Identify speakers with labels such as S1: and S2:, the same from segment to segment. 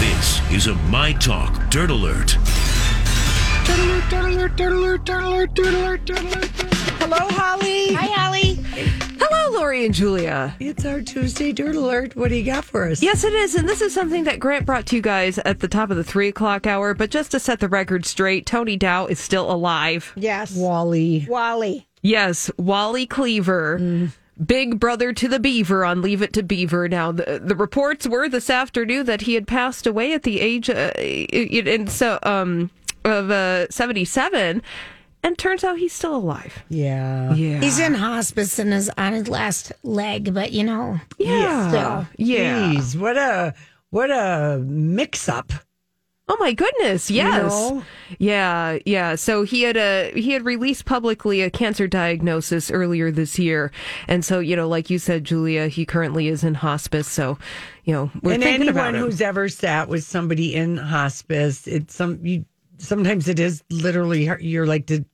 S1: This is a My Talk Dirt Alert.
S2: Hello, Holly.
S3: Hi, Holly.
S2: Hello, Lori and Julia.
S4: It's our Tuesday Dirt Alert. What do you got for us?
S2: Yes, it is. And this is something that Grant brought to you guys at the top of the three o'clock hour. But just to set the record straight, Tony Dow is still alive.
S3: Yes.
S4: Wally. Mm-hmm.
S3: Wally.
S2: Yes, Wally Cleaver. Big brother to the beaver on Leave It to Beaver. Now, the, the reports were this afternoon that he had passed away at the age uh, and so um, of uh, 77. And turns out he's still alive.
S4: Yeah.
S2: Yeah.
S3: He's in hospice and is on his last leg, but you know,
S2: yeah.
S3: So,
S2: yeah.
S4: Jeez, what a what a mix up.
S2: Oh my goodness! Yes,
S4: know?
S2: yeah, yeah. So he had a he had released publicly a cancer diagnosis earlier this year, and so you know, like you said, Julia, he currently is in hospice. So, you know, we're
S4: and
S2: thinking
S4: anyone
S2: about him.
S4: who's ever sat with somebody in hospice, it's some you sometimes it is literally hard- you're like did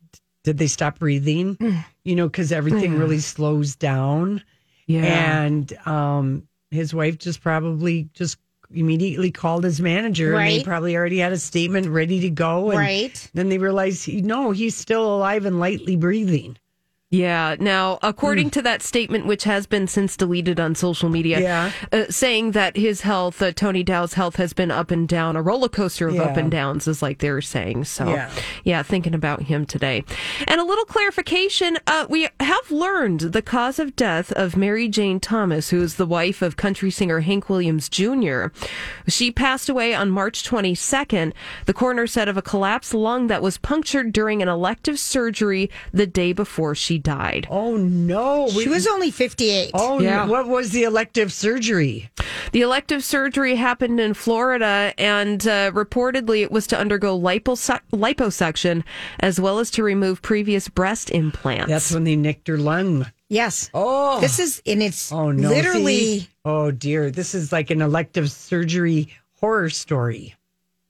S4: did they stop breathing?
S2: Mm.
S4: You know, cuz everything really slows down
S2: yeah,
S4: and um his wife just probably just immediately called his manager and he
S3: Right.
S4: probably already had a statement ready to go and
S3: right?
S4: Then they realize, he, no, he's still alive and lightly breathing.
S2: yeah. Now, according
S4: Hmm.
S2: to that statement, which has been since deleted on social media,
S4: Yeah.
S2: uh, saying that his health, uh, Tony Dow's health, has been up and down, a roller coaster of up
S4: Yeah.
S2: and downs, is like they were saying. So,
S4: Yeah.
S2: yeah, thinking about him today. And a little clarification uh, we have learned the cause of death of Mary Jane Thomas, who is the wife of country singer Hank Williams Jr. She passed away on March 22nd. The coroner said of a collapsed lung that was punctured during an elective surgery the day before she died.
S4: Oh no, we,
S3: She was only 58.
S4: oh,
S2: Yeah.
S4: no. what was the elective surgery?
S2: The elective surgery happened in Florida, and uh, reportedly it was to undergo liposu- liposuction as well as to remove previous breast implants.
S4: That's when they nicked her lung.
S3: Yes.
S4: Oh,
S3: This is, and it's
S4: oh no,
S3: literally,
S4: See? Oh dear, this is like an elective surgery horror story.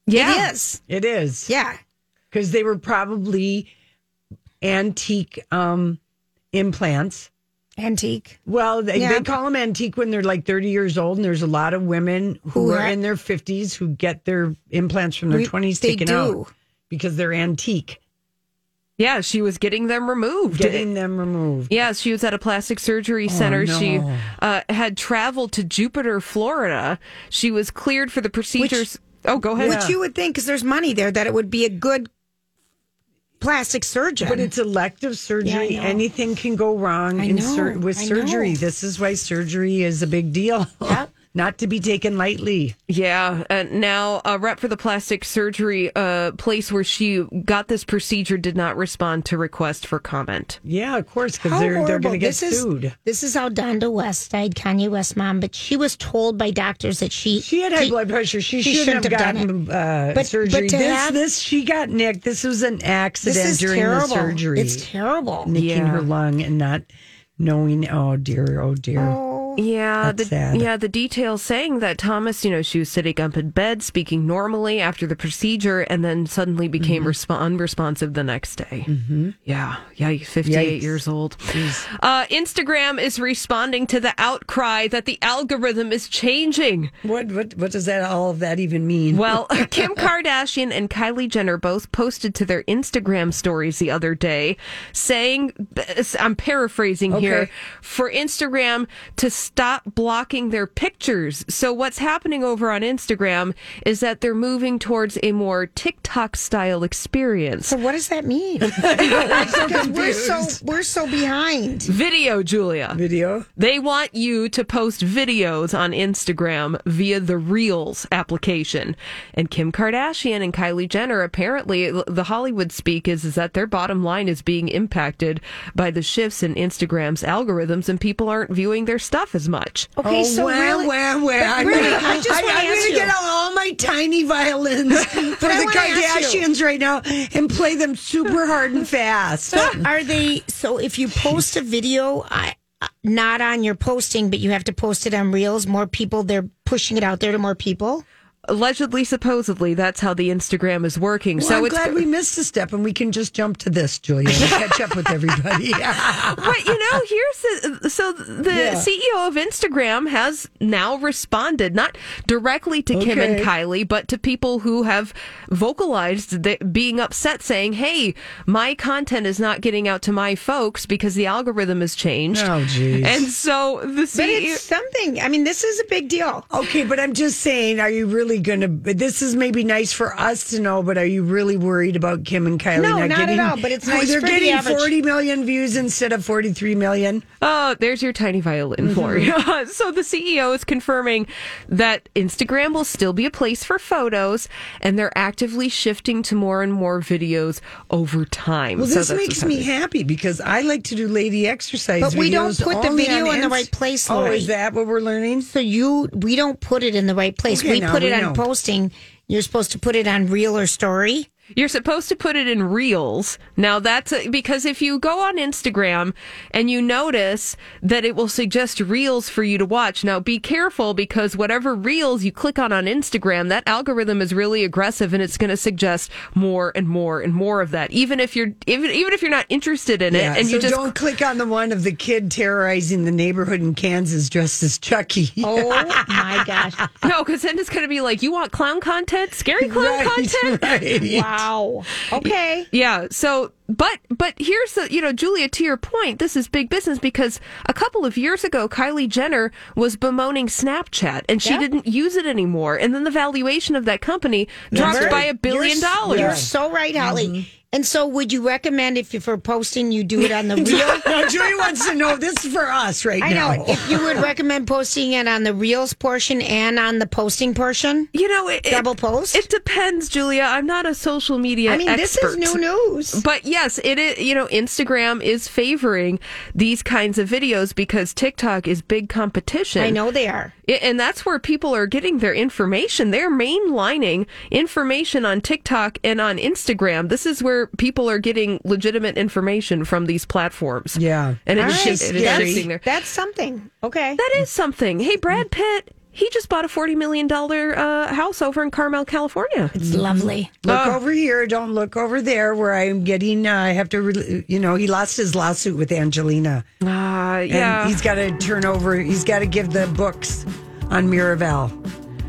S2: yeah,
S3: it is.
S4: It is
S3: Yeah.
S4: because they were probably antique um, implants.
S3: Antique.
S4: Well, they,
S3: Yeah.
S4: they call them antique when they're like 30 years old, and there's a lot of women who
S3: Who
S4: are
S3: ha-
S4: in their 50s who get their implants from their
S3: We-
S4: 20s
S3: they
S4: taken
S3: do.
S4: out because they're antique,
S2: yeah, she was getting them removed.
S4: getting them removed.
S2: yeah, she was at a plastic surgery
S3: Oh,
S2: center. She
S4: no.
S2: uh, had traveled to Jupiter, Florida. She was cleared for the procedures. oh, go ahead.
S3: Which you would think, because there's money there, that it would be a good plastic surgeon.
S4: But it's elective surgery.
S3: know.
S4: Anything can go wrong
S3: I
S4: in sur-
S3: know,
S4: with
S3: I
S4: surgery.
S3: know.
S4: This is why surgery is a big deal,
S3: Yep.
S4: not to be taken lightly.
S2: Yeah. Uh, now, a rep for the plastic surgery uh, place where she got this procedure did not respond to request for comment.
S4: Yeah, of course, because
S3: How
S4: they're, they're
S3: horrible.
S4: going to get
S3: this is,
S4: sued.
S3: This is how Donda West died, Kanye West mom, but she was told by doctors that she
S4: She had high blood pressure. She,
S3: she
S4: shouldn't,
S3: shouldn't
S4: have
S3: have
S4: gotten uh,
S3: But- but
S4: surgery.
S3: to
S4: this,
S3: have-
S4: this, she got nicked. This was an
S3: This
S4: accident
S3: is
S4: during
S3: terrible.
S4: the surgery.
S3: It's terrible.
S4: nicking
S2: Yeah.
S4: her lung and not knowing. Oh dear, oh dear.
S2: Yeah,
S4: That's
S2: the,
S4: sad.
S2: yeah, the details saying that Thomas, you know, she was sitting up in bed, speaking normally after the procedure, and then suddenly
S4: Mm-hmm.
S2: became resp- unresponsive the next day. Mm-hmm. Yeah, yeah, 58
S4: Yikes.
S2: years old. Uh, Instagram is responding to the outcry that the algorithm is changing.
S4: What what what does that all of that even mean?
S2: Well, Kim Kardashian and Kylie Jenner both posted to their Instagram stories the other day saying, I'm paraphrasing here,
S4: Okay.
S2: for Instagram to stop blocking their pictures. So what's happening over on Instagram is that they're moving towards a more TikTok style experience.
S3: So what does that mean? Because we're so we're so behind.
S2: Video, Julia.
S4: Video.
S2: They want you to post videos on Instagram via the Reels application. And Kim Kardashian and Kylie Jenner, apparently, the Hollywood speak is, is that their bottom line is being impacted by the shifts in Instagram's algorithms and people aren't viewing their stuff as much.
S3: Okay,
S4: oh,
S3: so
S4: well,
S3: really,
S4: well, well.
S3: but
S4: I'm
S3: really,
S4: gonna,
S3: I just
S4: I'm,
S3: wanna
S4: I'm
S3: ask
S4: gonna
S3: you.
S4: get out all my tiny violins for the
S3: wanna ask you.
S4: Kardashians right now and play them super hard and fast.
S3: are they? So if you post a video, I, uh, not on your posting, but you have to post it on Reels. More people, they're pushing it out there to more people.
S2: Allegedly, supposedly, that's how the Instagram is working.
S4: Well,
S2: so
S4: I'm
S2: it's
S4: glad we missed a step, and we can just jump to this, Julia, and catch up with everybody.
S2: but you know, here's the so the
S4: Yeah.
S2: CEO of Instagram has now responded not directly to Kim and
S4: Okay.
S2: Kylie, but to people who have vocalized that being upset, saying, "Hey, my content is not getting out to my folks because the algorithm has changed."
S4: Oh, geez.
S2: And so the E
S3: But
S2: CEO.
S3: it's something. I mean, this is a big deal.
S4: Okay, but I'm just saying, are you really going to? This is maybe nice for us to know, but are you really worried about Kim and Kylie?
S3: No,
S4: not,
S3: not at
S4: getting,
S3: all, but it's
S4: Well,
S3: nice
S4: they're
S3: for the
S4: getting
S3: average-
S4: 40 million views instead of 43 million.
S2: Oh, there's your tiny violin for you.
S4: Mm-hmm.
S2: so the CEO is confirming that Instagram will still be a place for photos, and they're actively shifting to more and more videos over time.
S4: Well,
S2: So
S4: this
S2: that's
S4: makes
S2: what's
S4: me
S2: happening.
S4: happy because I like to do lady exercise.
S3: But we don't
S4: videos
S3: put the
S4: only
S3: video
S4: on
S3: in the
S4: Inst-
S3: right place,
S4: Oh,
S3: Lori.
S4: is that what we're learning?
S3: So you, we don't put it in the right place.
S4: Okay,
S3: we
S4: now
S3: put it
S4: we
S3: on
S4: know.
S3: posting. You're supposed to put it on Reel or Story.
S2: You're supposed to put it in reels. Now that's a, because if you go on Instagram and you notice that it will suggest reels for you to watch. Now be careful because whatever reels you click on on Instagram, that algorithm is really aggressive and it's going to suggest more and more and more of that. Even if you're even even if you're not interested in
S4: Yeah,
S2: it and
S4: so
S2: you just
S4: don't click on the one of the kid terrorizing the neighborhood in Kansas dressed as Chucky.
S3: Oh my gosh!
S2: no, because then it's going to be like you want clown content, scary clown
S4: Right,
S2: content.
S4: right.
S3: Wow. Okay.
S2: Yeah. So, but but here's the you know Julia to your point, this is big business because a couple of years ago Kylie Jenner was bemoaning Snapchat and she didn't use it anymore, and then the valuation of that company dropped
S4: right.
S2: by a 1000000000
S3: You're s-
S2: dollars. Mm-hmm.
S3: You're so right, Holly. And so, would you recommend if you for posting, you do it on the Reel?
S4: No, Julia wants to know this is for us right
S3: I
S4: now.
S3: know. If you would recommend posting it on the Reels portion and on the posting portion,
S2: You know, it, it-
S3: Double post?
S2: It depends, Julia. I'm not a social media.
S3: I mean,
S2: expert.
S3: this is new news.
S2: But yes, it is, you know, Instagram is favoring these kinds of videos because TikTok is big competition.
S3: I know they are.
S2: I- And that's where people are getting their information. They're mainlining information on TikTok and on Instagram. This is where people are getting legitimate information from these platforms.
S4: Yeah.
S2: And
S3: All
S2: it's
S3: right,
S2: just, it is
S4: That's-
S2: shifting there.
S3: That's something. Okay.
S2: That is something. Hey, Brad Pitt, he just bought a $40 million uh, house over in Carmel, California.
S3: It's lovely.
S4: Look
S2: Oh.
S4: over here. Don't look over there where I'm getting. Uh, I have to, re- you know, he lost his lawsuit with Angelina.
S2: Ah,
S4: And
S2: yeah.
S4: He's got to turn over, he's got to give the books on Miraval.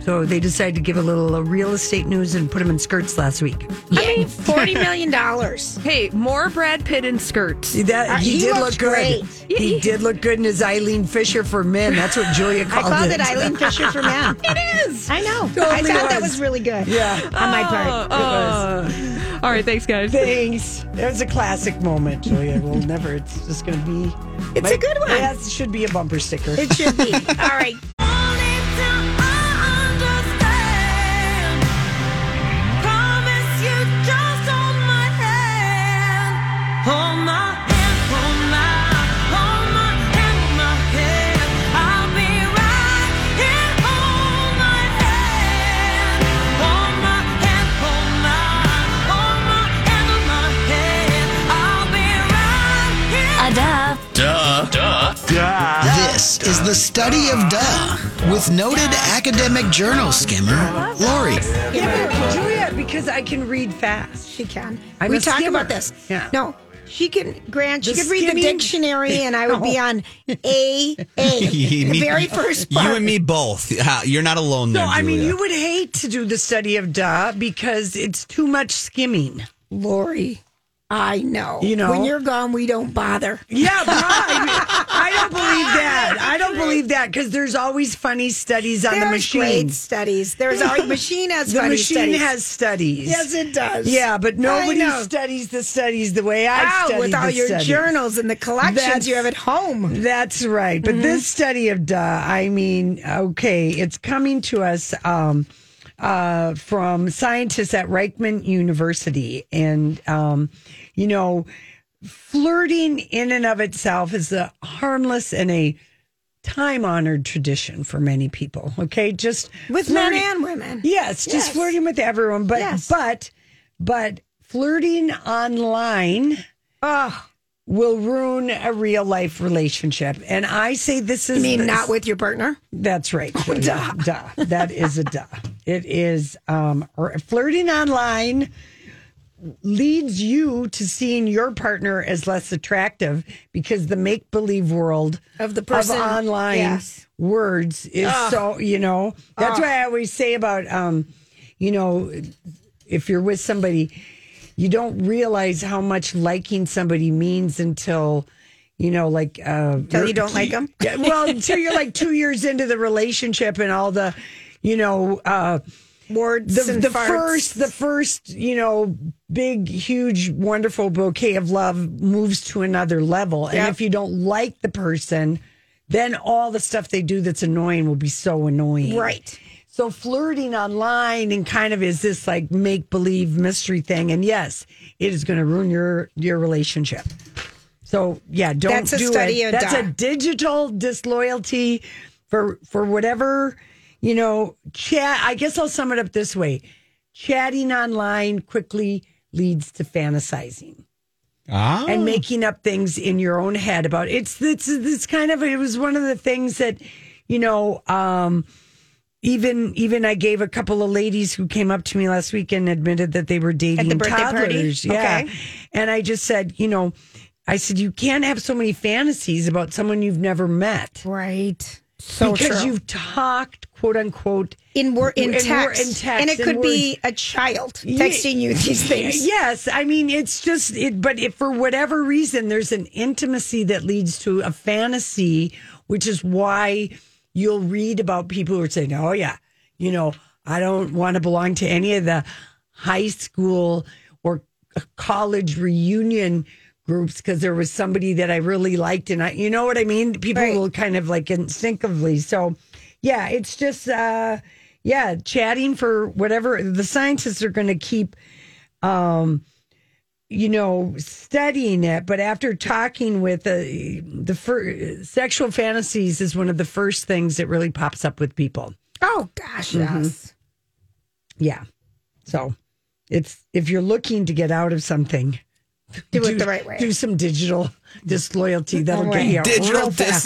S4: So they decided to give a little uh, real estate news and put him in skirts last week.
S3: I mean, forty million dollars.
S2: Hey, more Brad Pitt in skirts.
S4: That,
S3: Uh,
S4: he,
S3: he
S4: did
S3: looks
S4: look good.
S3: great.
S4: He did look good in his Eileen Fisher for men. That's what Julia
S3: I
S4: called
S3: called it Eileen Fisher for men.
S2: It is.
S3: I know. I
S4: Totally
S3: thought that
S4: was.
S3: was really good.
S4: Yeah.
S3: On my part.
S2: Oh, All right, thanks, guys.
S4: Thanks. That was a classic moment, Julia. We'll never. It's just going to be.
S3: It's a good one.
S4: That should be a bumper sticker.
S3: It should be. All right.
S1: Duh. Duh. Duh.
S5: This is the study of duh with noted academic journal skimmer Lori.
S4: Yeah, but Julia, because I can read fast.
S3: She can.
S4: I'm
S3: we
S4: a
S3: talk
S4: skimmer.
S3: about this.
S4: Yeah.
S3: No, she can. Grant, she
S4: The
S3: could read the
S4: skimming-
S3: dictionary, and I would be on A A, the very first part.
S6: You and me both. How- You're not alone
S4: No,
S6: there.
S4: I mean
S6: Julia.
S4: you would hate to do the study of duh because it's too much skimming.
S3: Lori. I know.
S4: You know.
S3: when you're gone, we don't bother.
S4: Yeah, bribe. I don't believe that. I don't believe that because there's always funny studies on the
S3: There's
S4: machine.
S3: great studies. There's our machine has
S4: The
S3: funny
S4: machine
S3: studies.
S4: has studies.
S3: Yes, it does.
S4: Yeah, but
S3: I
S4: nobody
S3: know.
S4: studies the studies the way I
S3: Wow,
S4: study
S3: with all
S4: the
S3: your
S4: studies.
S3: journals and the collections
S4: That's-
S3: you have at home.
S4: That's right. But this study of duh, I mean, okay, it's coming to us um, uh, from scientists at Reichman University. And, um, you know, flirting in and of itself is a harmless and a time honored tradition for many people. Okay. Just
S3: With men
S4: flirting-
S3: and women.
S4: Yes, just
S3: Yes.
S4: flirting with everyone. But,
S3: Yes.
S4: but, but flirting online
S3: Oh,
S4: will ruin a real life relationship. And I say this is
S3: I mean,
S4: the-
S3: not Oh, with your partner.
S4: that's right. duh. duh. That is a duh. It is um, or- flirting online leads you to seeing your partner as less attractive because the make believe world
S3: Of the person,
S4: online
S3: yes.
S4: words is so you know that's why I always say about um, you know if you're with somebody you don't realize how much liking somebody means until you know like uh,
S3: Till you don't like 'em?
S4: Yeah, well, until you're like two years into the relationship and all the, you know, uh,
S3: Wards
S4: the,
S3: and
S4: the
S3: farts.
S4: first, the first, you know, big, huge, wonderful bouquet of love moves to another level. And
S3: Yep.
S4: if you don't like the person, then all the stuff they do that's annoying will be so annoying.
S3: right.
S4: So flirting online and kind of is this like make believe mystery thing. And yes, it is going to ruin your your relationship. So yeah, don't
S3: That's a
S4: do
S3: study
S4: it.
S3: of
S4: That's a
S3: dot.
S4: digital disloyalty for for whatever you know. Chat. I guess I'll sum it up this way: chatting online quickly leads to fantasizing
S6: Ah.
S3: Oh.
S4: and making up things in your own head about it's it's it's kind of it was one of the things that you know um even even I gave a couple of ladies who came up to me last week and admitted that they were dating
S3: birthday party?
S4: toddlers. Yeah.
S3: Okay.
S4: And I just said, you know, I said you can't have so many fantasies about someone you've never met
S3: Right. So
S4: because
S3: true.
S4: you've talked quote unquote
S3: in word in,
S4: in wor-
S3: text.
S4: in text,
S3: and it
S4: in
S3: could be a child texting you these things.
S4: Yes, I mean it's just it, but if for whatever reason there's an intimacy that leads to a fantasy, which is why you'll read about people who are saying, "Oh yeah, you know, I don't want to belong to any of the high school or college reunion groups because there was somebody that I really liked and I, you know what I mean? People
S3: Right.
S4: will kind of like instinctively. So, yeah, it's just, uh, yeah, chatting for whatever the scientists are going to keep, um, you know, studying it. But after talking with uh, the fir- sexual fantasies is one of the first things that really pops up with people.
S3: Oh gosh,
S4: Mm-hmm.
S3: yes.
S4: Yeah. So it's if you're looking to get out of something,
S3: Do, it the right way.
S4: do some digital disloyalty. That'll
S3: All
S4: get you
S3: right.
S4: out
S6: Digital
S4: real fast.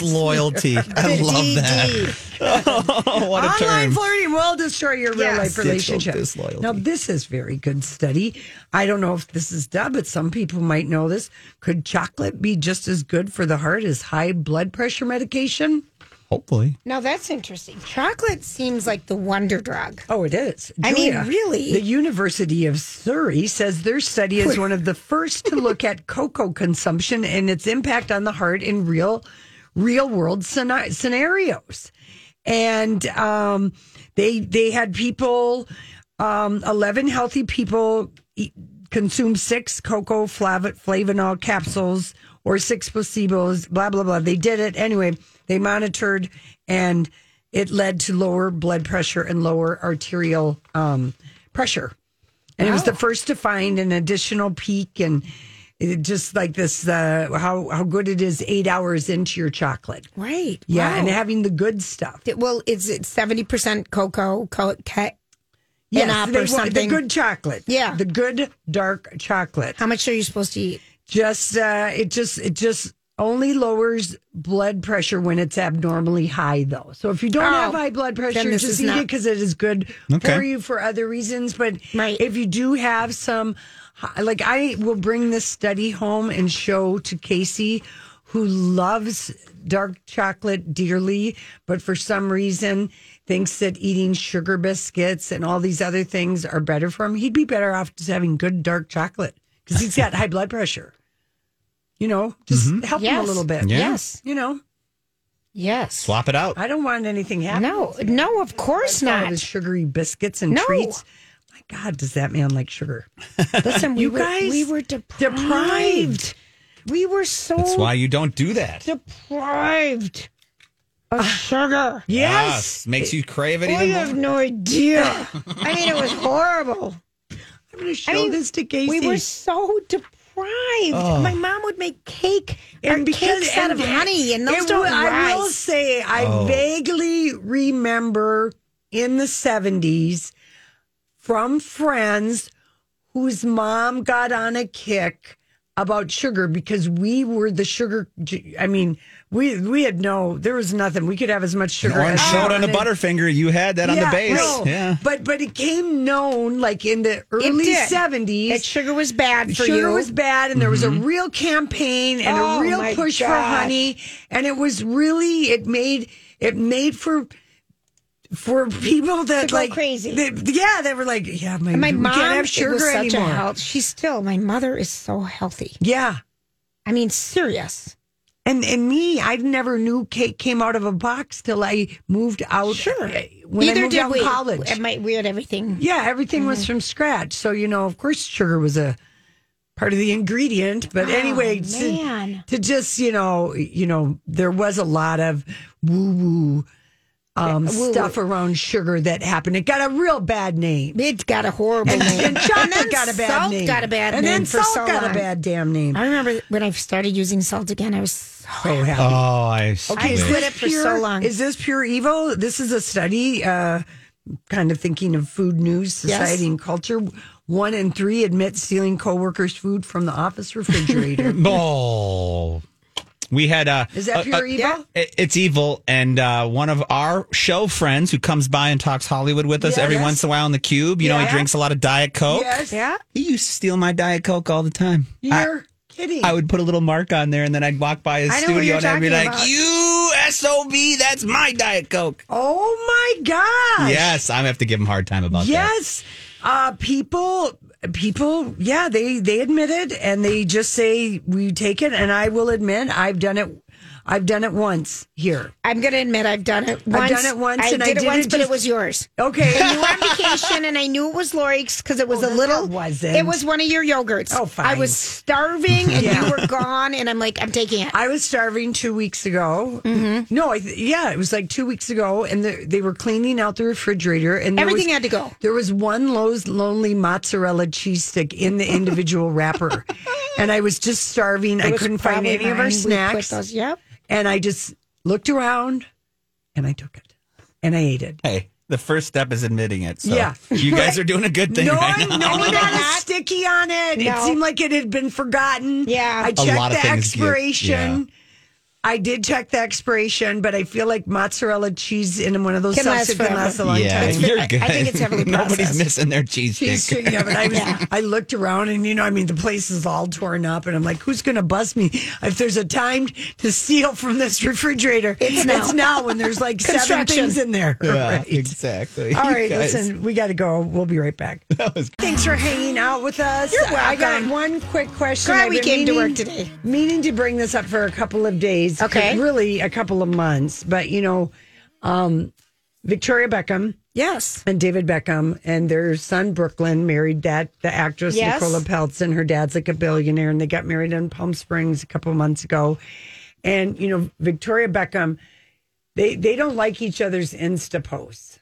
S6: disloyalty. I love that.
S3: DD.
S6: Oh, what a
S4: Online
S6: term.
S4: flirting will destroy your real
S3: Yes.
S4: life
S6: Digital
S4: relationship.
S6: disloyalty.
S4: Now, this is very good study. I don't know if this is done, but some people might know this. Could chocolate be just as good for the heart as high blood pressure medication?
S6: Hopefully.
S3: Now that's interesting. Chocolate seems like the wonder drug.
S4: Oh, it is.
S3: I mean,
S4: Julia,
S3: really?
S4: The University of Surrey says their study is one of the first to look at cocoa consumption and its impact on the heart in real, real world scena- scenarios. And um, they they had people, um, eleven healthy people eat, consume six cocoa flav- flavonol capsules or six placebos. Blah blah blah. They did it anyway. They monitored and it led to lower blood pressure and lower arterial um, pressure. And it was the first to find an additional peak and it just like this uh, how how good it is 8 hours into your chocolate.
S3: Right.
S4: Yeah,
S3: Wow.
S4: and having the good stuff.
S3: It- well, is it seventy percent cocoa? Co- ca- op or
S4: they want the
S3: something.
S4: good chocolate.
S3: Yeah.
S4: The good dark chocolate.
S3: How much are you supposed to eat?
S4: Just uh it just it just only lowers blood pressure when it's abnormally high though. So if you don't
S3: Oh,
S4: have high blood pressure,
S3: this
S4: just
S3: is
S4: eat it
S3: not-
S4: because it is good
S6: Okay.
S4: for you for other reasons, but
S3: Right.
S4: if you do have some like I will bring this study home and show to Casey who loves dark chocolate dearly, but for some reason thinks that eating sugar biscuits and all these other things are better for him. He'd be better off just having good dark chocolate because he's got high blood pressure. You know, just help him
S3: Yes.
S4: a little bit.
S6: Yeah.
S3: Yes.
S4: You know,
S3: Yes.
S6: Swap it out.
S4: I don't want anything happening.
S3: No, no, of course
S4: All
S3: not.
S4: the sugary biscuits and
S3: No.
S4: treats. My God, does that man like sugar?
S3: Listen, we
S4: You
S3: were,
S4: guys
S3: we were deprived.
S4: Deprived.
S3: We were so
S6: That's why you don't do that.
S3: deprived
S4: Ah.
S3: of sugar.
S4: Yes.
S6: Ah, makes you crave it
S3: Oh,
S6: even
S3: you
S6: more.
S3: have no idea. I mean, it was horrible.
S4: I'm going to show
S3: I mean,
S4: this to Casey.
S3: We were so deprived. My mom would make cake
S4: Oh. and
S3: or
S4: because
S3: cakes out of
S4: and-
S3: honey, and
S4: it
S3: those don't
S4: will- I will
S3: rise.
S4: say, I
S6: Oh.
S4: vaguely remember in the seventies from friends whose mom got on a kick about sugar because we were the sugar. I mean, we we had no, there was nothing. We could have as much
S6: An
S4: sugar.
S6: orange
S4: as we
S6: soda and a
S4: wanted.
S6: butterfinger. You had that on the base.
S4: Oh, no,
S6: Yeah.
S4: but but it came known like in the early
S3: did.
S4: seventies
S3: That sugar was bad for
S4: sugar
S3: you. Mm-hmm.
S4: was bad, and there was a real campaign and
S3: Oh,
S4: a real
S3: my
S4: push for
S3: gosh.
S4: honey, and it was really it made it made for for people
S3: To
S4: that
S3: go
S4: like
S3: crazy.
S4: that- yeah, they were like, yeah, my,
S3: And my
S4: we
S3: mom
S4: can't have
S3: it
S4: sugar
S3: was such
S4: anymore.
S3: a health. She's still my mother is so healthy.
S4: Yeah,
S3: I mean, serious.
S4: and and me, I never knew cake came out of a box till I moved out. uh, when I moved out in college.
S3: At my, we Mm-hmm. had everything.
S4: Yeah, everything was from scratch. So, you know, of course, sugar was a part of the ingredient. But anyway, to,
S3: Oh, man.
S4: to just, you know, you know, there was a lot of woo woo um, stuff around sugar that happened. It got a real bad name.
S3: It got a horrible
S4: And,
S3: name.
S4: and chocolate
S3: then
S4: got a bad
S3: salt
S4: name.
S3: got a bad
S4: and
S3: name.
S4: then salt
S3: for so
S4: got
S3: long.
S4: a bad damn name.
S3: I remember when I started using salt again, I was so
S4: Oh, hell.
S6: Oh, I
S3: I
S4: Okay, is
S3: quit
S4: this
S3: it for so
S4: pure,
S3: long.
S4: Is this pure evil? This is a study, uh, kind of thinking of food news, society, and culture. One in three admit stealing coworkers' food from the office refrigerator.
S6: Oh. We had uh,
S4: Is that
S6: uh,
S4: pure
S6: uh,
S4: evil?
S6: it- It's evil, and uh, one of our show friends who comes by and talks Hollywood with us every
S4: Yes.
S6: once in a while in the cube. You know,
S4: Yeah.
S6: he drinks a lot of Diet Coke.
S4: Yes. Yeah.
S6: He used to steal my Diet Coke all the time. I-
S4: You're kidding.
S6: I would put a little mark on there, and then I'd walk by his
S3: I know what
S6: studio,
S3: you're
S6: and I'd be
S3: talking
S6: like,
S3: about.
S6: "You sob, that's my Diet Coke."
S4: oh my gosh.
S6: Yes, I'm gonna have to give him a hard time about that.
S4: Yes. Uh, people, people, yeah, they, they admit it and they just say, we take it. And I will admit, I've done it. I've done it once here.
S3: I'm going to admit I've done it once.
S4: done it once,
S3: I
S4: and I
S3: did it
S4: did
S3: once,
S4: it
S3: but
S4: just-
S3: it was yours.
S4: Okay.
S3: You were on vacation, and I knew it was Lori's because it was
S4: Oh,
S3: a
S4: no,
S3: little.
S4: it wasn't.
S3: It was one of your yogurts.
S4: Oh, fine.
S3: I was starving, and
S4: Yeah.
S3: you were gone, and I'm like, I'm taking it.
S4: I was starving two weeks ago.
S3: Mm-hmm.
S4: No, I th- yeah, it was like two weeks ago, and the, they were cleaning out the refrigerator, and there
S3: Everything
S4: was-
S3: had to go.
S4: There was one Lowe's lonely mozzarella cheese stick in the individual wrapper, and I was just starving. I
S3: It was
S4: couldn't find
S3: probably
S4: any of
S3: mine.
S4: our
S3: We put
S4: snacks,
S3: those- Yep.
S4: and I just looked around, and I took it, and I ate it.
S6: Hey, the first step is admitting it. So
S4: Yeah.
S6: you guys are doing a good thing
S4: No,
S6: right
S4: one,
S6: now.
S4: no one had
S3: not.
S4: a sticky on it. It
S3: No.
S4: seemed like it had been forgotten.
S3: Yeah.
S4: I
S3: A
S4: checked
S6: lot of
S4: the
S6: things get-
S4: expiration. I did check the expiration, but I feel like mozzarella cheese in one of those
S3: Can
S4: sauces
S3: last
S4: can
S3: forever.
S4: last a long
S6: yeah,
S4: time.
S6: you're
S3: I- I
S6: good.
S3: think it's heavily
S6: Nobody's
S3: processed.
S6: missing their cheese
S4: Cheese
S6: stick.
S4: string of it. I, was, I looked around and, you know, I mean, the place is all torn up, and I'm like, who's going to bust me if there's a time to steal from this refrigerator?
S3: It's now.
S4: It's now when there's like seven
S3: Construction.
S4: things in there.
S6: Yeah,
S4: Right.
S6: exactly.
S4: All
S6: You
S4: right,
S6: guys-
S4: listen, we got to go. We'll be right back.
S6: That was
S4: Thanks for hanging out with us.
S3: You're welcome.
S4: I got one quick question.
S3: Glad
S4: I've
S3: we
S4: been
S3: came to
S4: meaning-
S3: work today.
S4: Meaning to bring this up for a couple of days.
S3: Okay.
S4: Really, a couple of months. But, you know, um, Victoria Beckham
S3: Yes.
S4: and David Beckham and their son Brooklyn married that the actress
S3: Yes.
S4: Nicola Peltzen. Her dad's like a billionaire, and they got married in Palm Springs a couple months ago. And you know, Victoria Beckham, they they don't like each other's Insta posts.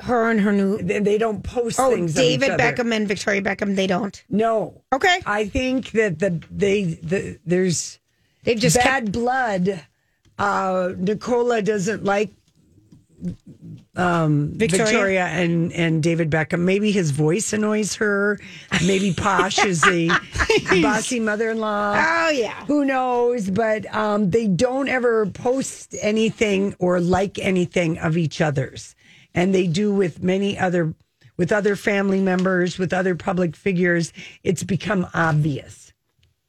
S3: Her and her new.
S4: They, they don't post
S3: Oh,
S4: things. of each
S3: David
S4: other.
S3: Beckham and Victoria Beckham. They don't.
S4: No,
S3: Okay.
S4: I think that the they the there's
S3: They've just kept
S4: bad blood. Uh, Nicola doesn't like Victoria, and, and David Beckham. Maybe his voice annoys her. Maybe Posh is a bossy mother in law.
S3: Oh yeah.
S4: Who knows? But um, they don't ever post anything or like anything of each other's. And they do with many other with other family members, with other public figures. It's become obvious.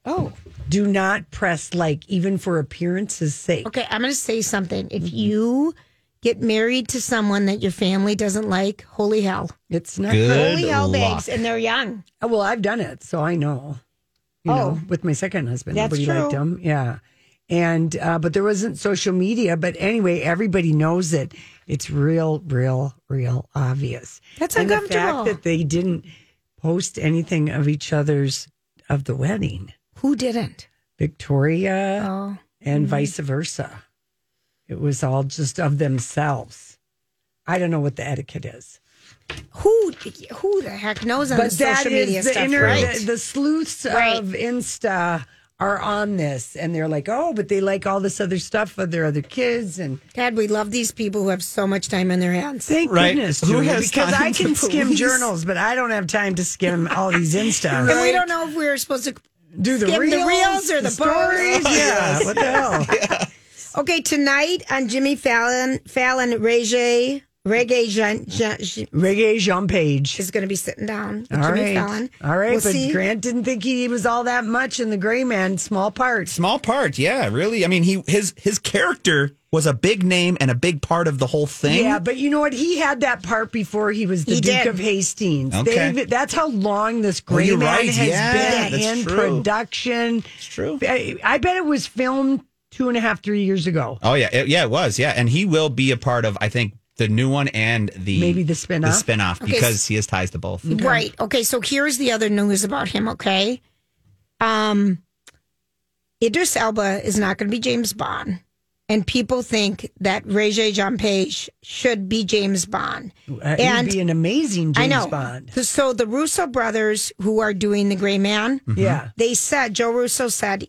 S3: Oh.
S4: Do not press like, even for appearances' sake.
S3: Okay, I'm going to say something. If you get married to someone that your family doesn't like, holy hell.
S4: It's not
S6: Good
S3: holy hell
S6: luck.
S3: bags. And they're young.
S4: Oh, Well, I've done it, so I know. You know, with my second husband,
S3: Oh. That's
S4: nobody liked
S3: true.
S4: him. Yeah, and uh, but there wasn't social media. But anyway, everybody knows it. It's real, real, real obvious.
S3: That's
S4: and the
S3: uncomfortable.
S4: fact that they didn't post anything of each other's of the wedding,
S3: Who didn't?
S4: Victoria
S3: Oh.
S4: and vice versa. It was all just of themselves. I don't know what the etiquette is.
S3: Who who the heck knows on the social media
S4: the
S3: stuff,
S4: inner-
S3: right?
S4: the, the sleuths
S3: Right.
S4: of Insta are on this, and they're like, oh, but they like all this other stuff of their other kids, and
S3: God, we love these people who have so much time on their hands.
S4: thank
S6: Right.
S4: goodness,
S6: Who
S4: Julia,
S6: has
S4: because
S6: time
S4: I
S6: to
S4: can skim
S6: police?
S4: journals, but I don't have time to skim all these Insta.
S3: And we don't know if we were supposed to.
S4: Do the
S3: skim
S4: reels,
S3: the reels or the
S4: stories?
S3: posts.
S4: Yeah, what the hell?
S3: Okay, tonight on Jimmy Fallon, Fallon Reggae Reggae Jean, Jean, Jean-
S4: Reggae Jean Page.
S3: is going to be sitting down. with
S4: All right,
S3: Jimmy Fallon.
S4: All right,
S3: We'll
S4: but
S3: see.
S4: Grant didn't think he was all that much in the Gray Man, small part.
S6: Small part, yeah, really. I mean, he his his character was a big name and a big part of the whole thing.
S4: Yeah, but you know what? He had that part before he was the
S3: He
S4: Duke
S3: did.
S4: of Hastings.
S6: Okay.
S4: They've- that's how long this
S6: Well,
S4: Gray
S6: you're
S4: Man
S6: right.
S4: has
S6: Yeah,
S4: been
S6: that's
S4: in
S6: true.
S4: production.
S6: it's true.
S4: I, I bet it was filmed two and a half, three years ago.
S6: Oh yeah, it, yeah, it was. Yeah, and he will be a part of. I think the new one and the
S4: Maybe the
S6: the
S4: spin-off?
S6: spinoff because he has ties to both.
S3: Right. Okay. So here's the other news about him. Okay. Um, Idris Elba is not going to be James Bond, and people think that Regé Jean Page should be James Bond.
S4: Uh,
S3: And-
S4: He'd be an amazing James
S3: I know.
S4: Bond.
S3: So the Russo brothers, who are doing the Gray Man,
S6: Mm-hmm.
S4: Yeah.
S3: they said Joe Russo said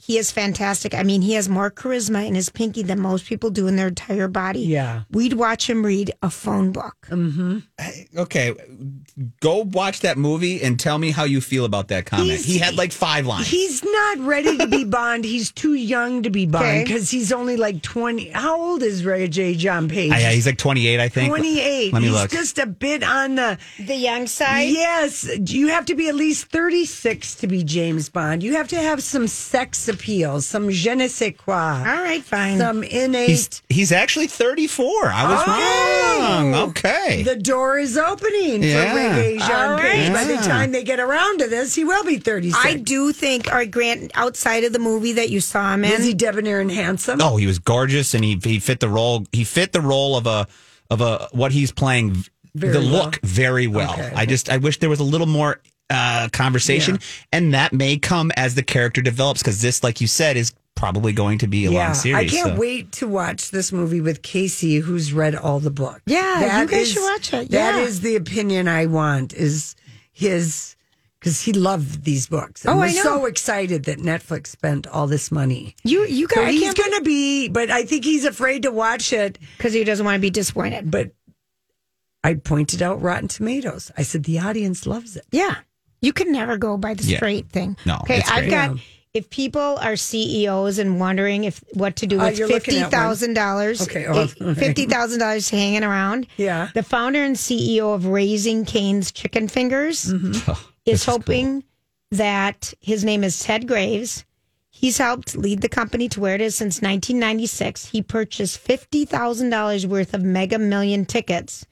S3: he is fantastic. I mean, he has more charisma in his pinky than most people do in their entire body.
S4: Yeah.
S3: We'd watch him read a phone book.
S6: Okay, go watch that movie and tell me how you feel about that comment.
S4: He's-
S6: he had like five lines.
S4: He's not ready to be Bond. He's too young to be Bond
S3: Okay.
S4: because he's only like 20. How old is Ray J. John Page?
S6: I- I- he's like twenty eight, I think.
S4: 28.
S6: Let me
S4: he's
S6: look.
S4: just a bit on the.
S3: The young side.
S4: Yes, you have to be at least 36 to be James Bond. You have to have some sex appeal, some je ne sais quoi,
S3: All right, fine.
S4: some innate.
S6: He's he's actually thirty four. I was
S4: Oh!
S6: wrong. Okay.
S4: the door is opening
S6: Yeah.
S4: for Reggae Jean
S3: All right.
S4: Page. By the
S6: Yeah.
S4: time they get around to this, he will be 36.
S3: I do think, or Grant, outside of the movie that you saw him in,
S4: Is he debonair and handsome?
S6: Oh, he was gorgeous, and he he fit the role. He fit the role of a of a what he's playing. v-
S4: Very
S6: the
S4: well.
S6: look very well.
S4: Okay.
S6: I just I wish there was a little more uh, conversation, and that may come as the character develops because this, like you said, is probably going to be a long series.
S4: I can't
S6: so.
S4: wait to watch this movie with Casey, who's read all the books.
S3: Yeah, you guys should watch it,
S4: That
S3: yeah.
S4: is the opinion I want. Is his because he loved these books. And
S3: Oh,
S4: we're
S3: I know.
S4: So excited that Netflix spent all this money.
S3: you you
S4: So
S3: guys,
S4: he's going to be, but I think he's afraid to watch it.
S3: because he doesn't want to be disappointed.
S4: But I pointed out Rotten Tomatoes. I said the audience loves it.
S3: Yeah, you can never go by the
S6: Yeah.
S3: straight thing.
S6: No,
S3: okay,
S6: it's
S3: I've
S6: great.
S3: got. If people are CEOs and wondering if what to do
S4: Uh,
S3: with
S4: you're
S3: fifty
S4: looking at one.
S3: thousand dollars, eh,
S4: Okay, oh, all right.
S3: fifty thousand dollars hanging around,
S4: Yeah.
S3: the founder and CEO of Raising Cane's Chicken Fingers is hoping that his name is Ted Graves. He's helped lead the company to where it is since 1996. He purchased $50,000 worth of mega million tickets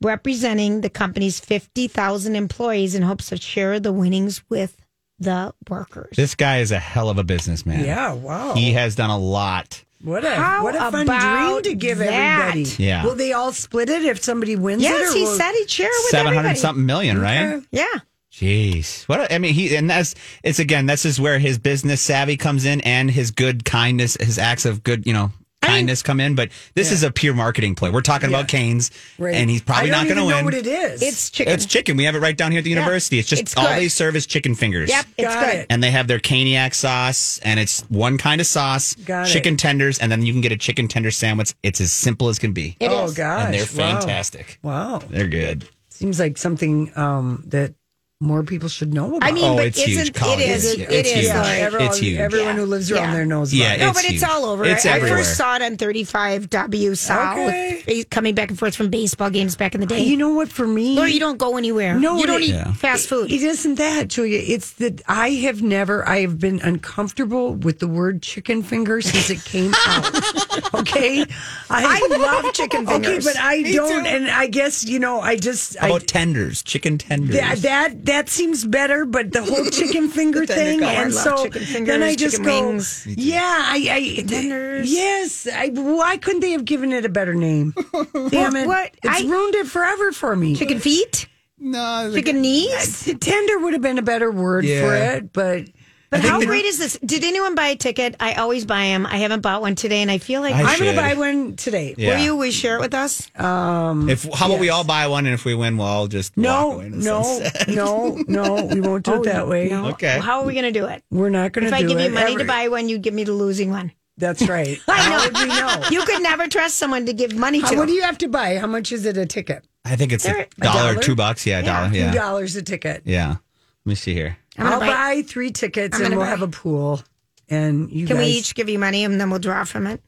S3: representing the company's 50,000 employees in hopes of share the winnings with the workers.
S6: This guy is a hell of a businessman.
S4: Yeah, wow.
S6: he has done a lot.
S4: What a
S3: How
S4: what a fun dream
S3: about
S4: to give
S3: that?
S4: everybody.
S6: Yeah.
S4: Will they all split it if somebody wins it?
S3: Yes,
S4: or
S3: he
S4: will-
S3: said he'd share with
S6: Seven
S3: everybody.
S6: hundred something million, right?
S3: Yeah.
S6: Jeez, what a, I mean, he and that's it's again. This is where his business savvy comes in, and his good kindness, his acts of good, you know, kindness come in. But this is a pure marketing play. We're talking about Canes,
S4: Right.
S6: and he's probably
S4: I
S6: not
S4: don't
S6: going to
S4: even
S6: win.
S4: Know what it is?
S3: It's chicken.
S6: It's chicken. We have it right down here at the university. It's just
S3: It's
S6: all
S3: good.
S6: they serve is chicken fingers.
S3: Yep, it's
S4: Got
S3: good.
S4: it.
S6: And they have their caniac sauce, and it's one kind of sauce,
S4: Got it.
S6: chicken tenders, and then you can get a chicken tender sandwich. It's as simple as can be.
S3: It
S4: oh
S3: is.
S4: gosh,
S6: and they're
S4: wow.
S6: fantastic.
S4: Wow.
S6: They're good.
S4: seems like something um, that more people should know about.
S3: I mean,
S6: Oh,
S3: but
S6: it's
S3: isn't
S6: huge.
S3: it
S6: College
S3: is
S6: is-
S3: it
S6: it's
S3: is
S6: huge.
S3: Lori.
S6: Yeah.
S4: everyone,
S6: It's huge.
S4: everyone who lives around
S3: Yeah.
S4: there knows.
S6: Yeah,
S4: about
S3: No,
S6: it's
S3: but it's
S6: huge.
S3: all over.
S6: It's
S3: I, I
S6: everywhere.
S3: first saw it on 35W South,
S4: Okay.
S3: with- coming back and forth from baseball games back in the
S4: it.
S3: day.
S4: You know what? For me,
S3: Lori, you don't go anywhere.
S4: No,
S3: you don't
S4: it-
S3: eat
S6: Yeah.
S3: fast food.
S4: It isn't that, Julia. It's that I have never, I have been uncomfortable with the word chicken finger since it came out. okay. I, love chicken
S3: fingers.
S4: Okay, but I
S3: Me
S4: don't.
S3: too.
S4: And I guess, you know, I just,
S6: How
S4: I,
S6: about tenders, chicken tenders?
S4: that, that, that seems better, but the whole chicken finger thing.
S3: go, I
S4: and
S3: love
S4: so
S3: chicken
S4: then I
S3: fingers,
S4: just
S3: chicken
S4: go,
S3: wings.
S4: yeah, I, I,
S3: Tenders.
S4: yes. I, why couldn't they have given it a better name? Damn it.
S3: what-
S4: It's
S3: I-
S4: ruined it forever for me.
S3: Chicken feet? No. Chicken knees?
S4: The tender would have been a better word for
S6: Yeah.
S4: it, but
S3: But
S6: think
S3: how
S6: the-
S3: great is this? Did anyone buy a ticket? I always buy them. I haven't bought one today, and I feel like.
S6: I
S4: I'm going
S6: should.
S4: to buy one today.
S6: Yeah.
S3: Will you we share it with us?
S6: if how about we all buy one, and if we win, we'll all just walk
S4: No,
S6: away in the
S4: no,
S6: sunset.
S4: no, no. We won't do it that way.
S6: Okay.
S3: How are we going to do it?
S4: We're not going
S3: Oh, If
S4: to
S3: I
S4: do
S3: give
S4: it.
S3: you money
S4: ever.
S3: to buy one, you give me the losing one.
S4: That's right.
S3: I know.
S4: How would we know?
S3: You could never trust someone to give money to.
S4: How, what do you have to buy? How much is it a ticket?
S6: I think it's
S4: There-
S6: a
S4: a
S6: dollar,
S4: dollar?
S6: two bucks. Yeah, a
S4: A
S6: dollar.
S4: few
S6: Yeah,
S4: dollars a ticket.
S6: yeah. Let me see here.
S3: I'm gonna
S4: I'll buy, three tickets and
S3: gonna
S4: we'll
S3: buy-
S4: have a pool. And you
S3: Can we
S4: guys,
S3: each give you money and then we'll draw from it?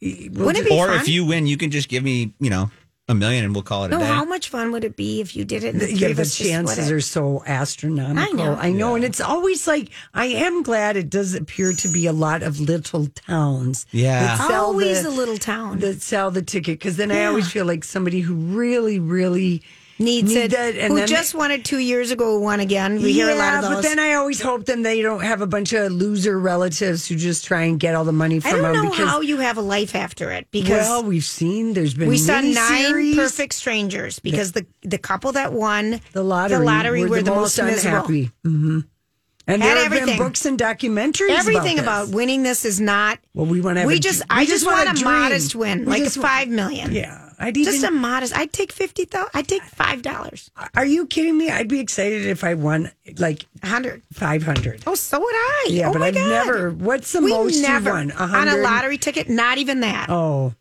S4: we'll
S3: Wouldn't it
S4: ju-
S3: be
S6: or
S3: fun?
S6: if you win, you can just give me, you know, a million, and we'll call it a
S3: No,
S6: day.
S3: how much fun would it be if you did it? And the three
S4: yeah,
S3: of
S4: the
S3: us just split
S4: chances
S3: it?
S4: are so astronomical.
S3: I know.
S4: I know. And it's always like, I am glad it does appear to be a lot of little towns.
S6: Yeah.
S4: that sell
S3: always
S4: the-
S3: a little town
S4: that sell the ticket because then I always feel like somebody who really, really
S3: needs
S4: need
S3: it.
S4: that, and
S3: who
S4: then-
S3: just won it two years ago, won again. We hear a lot of those.
S4: but then I always hope then they don't have a bunch of loser relatives who just try and get all the money
S3: I don't
S4: from them.
S3: know
S4: because,
S3: how you have a life after it because
S4: well, we've seen there's been
S3: we saw nine
S4: miniseries.
S3: perfect strangers because the the couple that won
S4: the lottery.
S3: the lottery were, the most, miserable.
S4: unhappy. Mm-hmm.
S3: Had
S4: And there have been
S3: everything.
S4: books and documentaries.
S3: Everything
S4: about,
S3: about,
S4: this.
S3: winning this is not.
S4: Well, we wanna have
S3: We
S4: a-
S3: just.
S4: we
S3: I
S4: just
S3: just,
S4: want
S3: want,
S4: a
S3: a,
S4: dream.
S3: modest win,
S4: We
S3: like
S4: just want-
S3: five million.
S4: Yeah, I'd even,
S3: Just a modest. I'd take fifty thousand. I'd take five dollars,
S4: Are you kidding me? I'd be excited if I won like
S3: a hundred.
S4: five hundred.
S3: Oh, so would I.
S4: Yeah,
S3: oh
S4: but
S3: my
S4: I've
S3: God.
S4: never. What's the
S3: we
S4: most
S3: never
S4: you won?
S3: on a
S4: 100?
S3: lottery ticket. Not even that.
S4: Oh,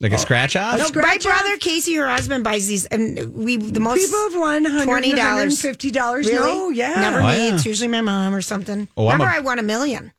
S6: like a scratch off?
S4: No,
S3: My
S4: scratch off?
S3: brother Casey, her husband, buys these, and we the most
S4: people have won
S3: twenty
S4: hundred dollars,
S3: dollars,
S4: fifty dollars.
S3: Really?
S4: No, yeah.
S3: never
S6: Wow.
S3: me. It's usually my mom or something.
S6: Oh, I'm
S3: Remember,
S6: a-
S3: I won a million.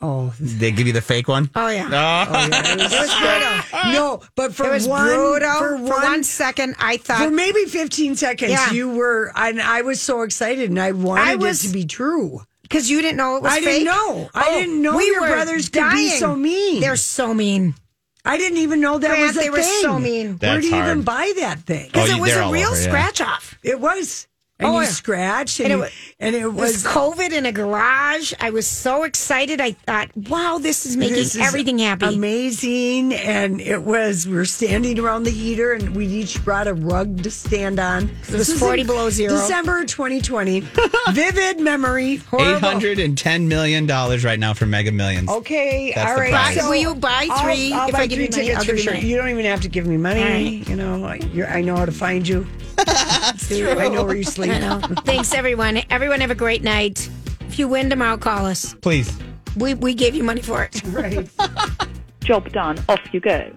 S4: Oh,
S6: They give you the fake one.
S3: Oh yeah,
S6: Oh.
S3: it was brutal.
S4: no, but for
S3: It was
S4: one,
S3: brutal.
S4: for one,
S3: second, I
S4: for
S3: thought
S4: maybe fifteen seconds,
S3: Uh, Yeah.
S4: you were, and I was so excited, and I wanted
S3: I was-
S4: it to be true.
S3: because you didn't know it was.
S4: I didn't
S3: fake. Oh,
S4: know. I didn't know your
S3: were
S4: brothers could be so mean.
S3: They're so mean.
S4: I didn't even know that
S3: Grant,
S4: was a
S3: they were
S4: thing.
S3: so mean.
S4: Where
S6: That's
S4: do you even
S6: hard.
S4: buy that thing?
S6: Oh,
S3: Because
S6: you-
S3: it was
S6: they're
S3: a
S6: all
S3: real
S6: over, yeah.
S3: scratch off.
S4: It was, and
S3: Oh,
S4: you
S3: yeah.
S4: scratched, and,
S3: And it
S4: you-
S3: wa-
S4: and it
S3: It was
S4: was.
S3: COVID in a garage. I was so excited. I thought, wow, this is making
S4: this is
S3: everything happy.
S4: Amazing. And it was, we were standing around the heater and we each brought a rug to stand on. It
S3: was 40 below zero.
S4: December 2020. Vivid memory.
S6: Eight
S4: Horrible.
S6: hundred and ten million dollars right now for Mega Millions.
S4: Okay,
S6: That's
S4: all
S6: the
S4: right.
S6: prize.
S3: Buy- will you buy
S4: I'll-
S3: three?
S4: I'll
S3: If
S4: buy
S3: I give
S4: three
S3: you money,
S4: tickets
S3: I'll give
S4: for
S3: you
S4: sure.
S3: money.
S4: You don't even have to give me money.
S3: All right.
S4: You know, I- you're, I know how to find you. That's true. I know where you sleep.
S3: I know. Thanks, everyone. Everyone have a great night. If you win tomorrow, call us.
S6: Please.
S3: We, we gave you money for it.
S7: Job done. Off you go.